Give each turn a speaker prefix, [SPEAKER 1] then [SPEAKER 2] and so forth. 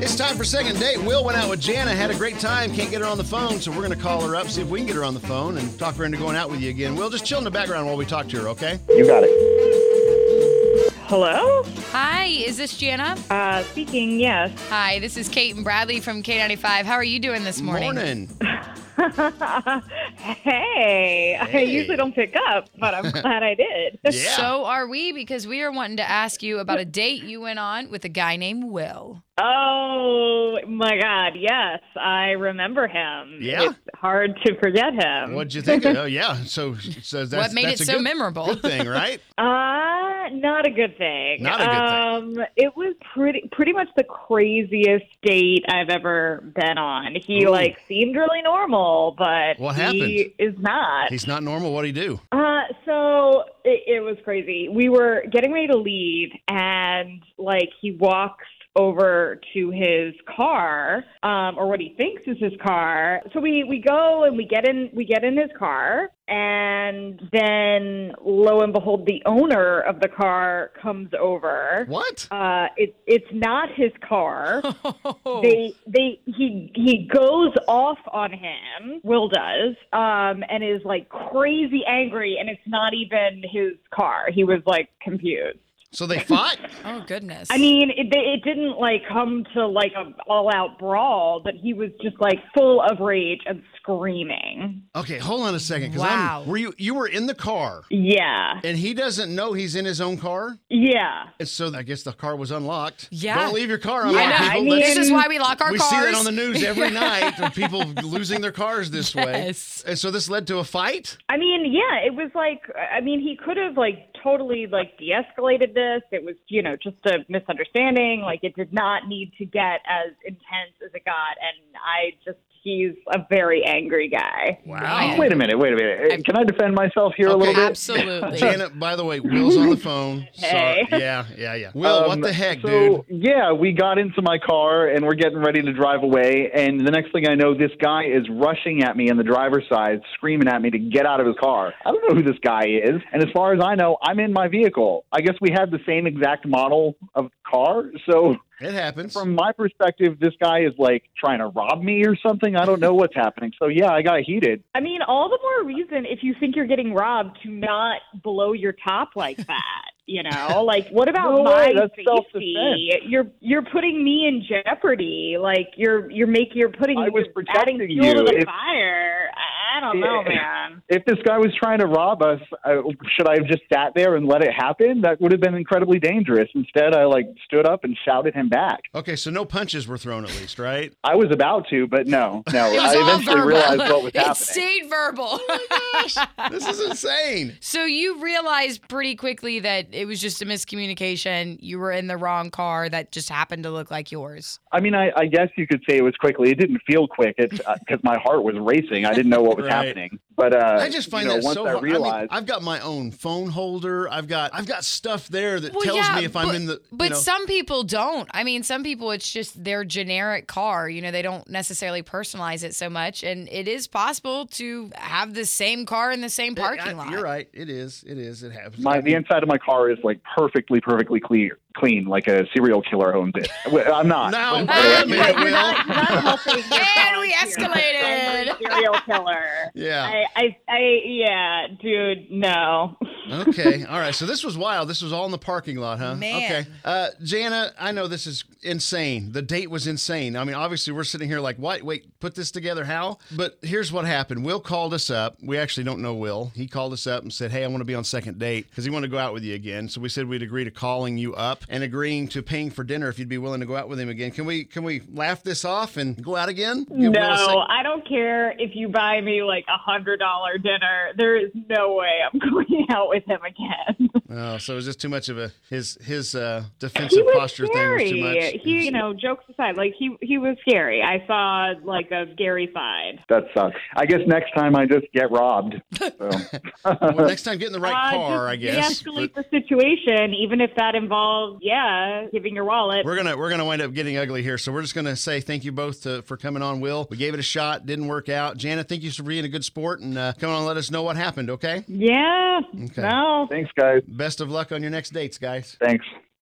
[SPEAKER 1] It's time for second date. Will went out with Jana, had a great time, can't get her on the phone, so we're gonna call her up, see if we can get her on the phone, and talk her into going out with you again. Will, just chill in the background while we talk to her, okay?
[SPEAKER 2] You got it.
[SPEAKER 3] Hello?
[SPEAKER 4] Hi, is this Jana?
[SPEAKER 3] Uh, speaking, yes.
[SPEAKER 4] Hi, this is Kate and Bradley from K95. How are you doing this morning?
[SPEAKER 3] hey, I
[SPEAKER 1] Hey.
[SPEAKER 3] usually don't pick up, but I'm glad I did.
[SPEAKER 1] Yeah.
[SPEAKER 4] So are we because we are wanting to ask you about a date you went on with a guy named Will.
[SPEAKER 3] Oh my God, yes, I remember him.
[SPEAKER 1] Yeah?
[SPEAKER 3] It's hard to forget him.
[SPEAKER 1] What'd you think? oh yeah. So, so that's
[SPEAKER 4] what made
[SPEAKER 1] that's
[SPEAKER 4] it
[SPEAKER 1] a
[SPEAKER 4] so
[SPEAKER 1] good-
[SPEAKER 4] memorable?
[SPEAKER 1] Good thing, right?
[SPEAKER 3] Uh, not a good thing.
[SPEAKER 1] Not a good
[SPEAKER 3] um, It was pretty pretty much the craziest date I've ever been on. He
[SPEAKER 1] Ooh.
[SPEAKER 3] like seemed really normal, but
[SPEAKER 1] What
[SPEAKER 3] he
[SPEAKER 1] happened?
[SPEAKER 3] is not.
[SPEAKER 1] He's not normal. What'd he do?
[SPEAKER 3] Uh, so it, it was crazy. We were getting ready to leave, and like he walks over to his car, um, or what he thinks is his car. So we we go and we get in we get in his car, and then lo and behold, the owner of the car comes over.
[SPEAKER 1] What?
[SPEAKER 3] Uh, it, it's not his car.
[SPEAKER 1] Oh.
[SPEAKER 4] Oh.
[SPEAKER 3] They they he he goes off on him. Will does, um, and is like crazy angry, and it's not even his car. He was like confused.
[SPEAKER 1] So they fought?
[SPEAKER 4] Oh goodness.
[SPEAKER 3] I mean, it, they- it didn't like come to like a all out brawl, but he was just like full of rage and screaming.
[SPEAKER 1] Okay, hold on a second. 'cause
[SPEAKER 4] Wow.
[SPEAKER 1] I'm, were you you were in the car
[SPEAKER 3] Yeah,
[SPEAKER 1] and he doesn't know he's in his own car?
[SPEAKER 3] yeah.
[SPEAKER 1] And so I guess the car was unlocked.
[SPEAKER 4] Yeah.
[SPEAKER 1] Don't leave your car unlocked. People,
[SPEAKER 3] I know. I mean-
[SPEAKER 1] That's-
[SPEAKER 4] this is why we lock our
[SPEAKER 1] we
[SPEAKER 4] cars.
[SPEAKER 1] see that on the news every night of people losing their cars this
[SPEAKER 4] Yes.
[SPEAKER 1] way. And so this led to a fight?
[SPEAKER 3] I mean, yeah, it was like I mean, he could have like totally like de-escalated this. It was, you know, just a misunderstanding. Like it did not need to get as intense as it got and I just he's a very angry guy.
[SPEAKER 1] Wow.
[SPEAKER 2] Wait a minute. Wait a minute. Hey, Can I defend myself here a little bit?
[SPEAKER 4] Absolutely.
[SPEAKER 1] Janet, by the way, Will's on the phone.
[SPEAKER 3] Hey.
[SPEAKER 1] Sorry. Yeah, yeah, yeah. Will, what
[SPEAKER 2] Um,
[SPEAKER 1] the heck,
[SPEAKER 2] so,
[SPEAKER 1] dude?
[SPEAKER 2] Yeah, we got into my car and we're getting ready to drive away. And the next thing I know, this guy is rushing at me in the driver's side, screaming at me to get out of his car. I don't know who this guy is. And as far as I know, I'm in my vehicle. I guess we had the same exact model of car. So
[SPEAKER 1] It happens.
[SPEAKER 2] from my perspective, this guy is like trying to rob me or something. I don't know what's happening. So yeah, I got heated.
[SPEAKER 3] I mean, all the more reason if you think you're getting robbed to not blow your top like that. You know, like what about
[SPEAKER 2] No
[SPEAKER 3] my
[SPEAKER 2] way, that's
[SPEAKER 3] safety? You're you're putting me in jeopardy. Like you're you're making you're putting
[SPEAKER 2] I was
[SPEAKER 3] you're adding
[SPEAKER 2] protecting
[SPEAKER 3] fuel to
[SPEAKER 2] you.
[SPEAKER 3] the
[SPEAKER 2] If-
[SPEAKER 3] fire. I I don't know,
[SPEAKER 2] Yeah.
[SPEAKER 3] man.
[SPEAKER 2] If this guy was trying to rob us, I, should I have just sat there and let it happen? That would have been incredibly dangerous. Instead, I like stood up and shouted him back.
[SPEAKER 1] Okay, so no punches were thrown at least, right?
[SPEAKER 2] I was about to, but no, no.
[SPEAKER 4] it
[SPEAKER 2] I
[SPEAKER 4] was all
[SPEAKER 2] eventually
[SPEAKER 4] verbal.
[SPEAKER 2] realized what was happening.
[SPEAKER 4] It stayed verbal.
[SPEAKER 1] This is insane.
[SPEAKER 4] so you realized pretty quickly that it was just a miscommunication. You were in the wrong car that just happened to look like yours.
[SPEAKER 2] I mean, I, I guess you could say it was quickly. It didn't feel quick because my heart was racing. I didn't know what was
[SPEAKER 1] Right.
[SPEAKER 2] happening. But uh,
[SPEAKER 1] I just find
[SPEAKER 2] you know,
[SPEAKER 1] that
[SPEAKER 2] once
[SPEAKER 1] so
[SPEAKER 2] I
[SPEAKER 1] hard.
[SPEAKER 2] realized,
[SPEAKER 1] I have got my own phone holder. I've got I've got stuff there that tells me if
[SPEAKER 4] but,
[SPEAKER 1] I'm in the.
[SPEAKER 4] But
[SPEAKER 1] you know,
[SPEAKER 4] some people don't. I mean, some people it's just their generic car. You know, they don't necessarily personalize it so much, and it is possible to have the same car in the same
[SPEAKER 1] it-
[SPEAKER 4] parking
[SPEAKER 1] I-
[SPEAKER 4] lot.
[SPEAKER 1] You're right. It is. It is. It happens.
[SPEAKER 2] my the inside of my car is like perfectly, perfectly clear, clean, like a serial killer owns it. Well, I'm not.
[SPEAKER 1] Now,
[SPEAKER 2] But-
[SPEAKER 1] wait a minute,
[SPEAKER 3] You're not,
[SPEAKER 1] Will.
[SPEAKER 3] you're not helping your
[SPEAKER 4] Oh And we
[SPEAKER 3] cause here.
[SPEAKER 4] escalated.
[SPEAKER 3] Serial killer.
[SPEAKER 1] Yeah.
[SPEAKER 3] I, I, I, yeah, dude, no.
[SPEAKER 1] okay. All right. So this was wild. This was all in the parking lot, huh?
[SPEAKER 4] Man.
[SPEAKER 1] Okay. Uh, Jana, I know this is insane. The date was insane. I mean, obviously, we're sitting here like, what? Wait, put this together? How? But here's what happened. Will called us up. We actually don't know Will. He called us up and said, hey, I want to be on second date because he wanted to go out with you again. So we said we'd agree to calling you up and agreeing to paying for dinner if you'd be willing to go out with him again. Can we can we laugh this off and go out again? Give Will a sec-
[SPEAKER 3] No, I don't care if you buy me like a hundred dollar dinner. There is no way I'm going out with with him again.
[SPEAKER 1] Oh, so it was just too much of a his his uh, defensive
[SPEAKER 3] he was
[SPEAKER 1] posture
[SPEAKER 3] scary.
[SPEAKER 1] thing was too much.
[SPEAKER 3] He, you know, jokes aside, like he he was scary. I saw like a scary side.
[SPEAKER 2] That sucks. I guess next time I just get robbed. So.
[SPEAKER 1] Well, next time, get in the right
[SPEAKER 3] Uh,
[SPEAKER 1] car, I
[SPEAKER 3] just
[SPEAKER 1] guess.
[SPEAKER 3] De-escalate
[SPEAKER 1] But
[SPEAKER 3] the situation, even if that involves, yeah, giving your wallet.
[SPEAKER 1] We're gonna we're gonna wind up getting ugly here, so we're just gonna say thank you both to, for coming on. Will we gave it a shot, didn't work out. Janet, thank you for being a good sport and uh, come on, and let us know what happened. Okay.
[SPEAKER 3] yeah. No.
[SPEAKER 2] Thanks, guys.
[SPEAKER 1] Best of luck on your next dates, guys.
[SPEAKER 2] Thanks.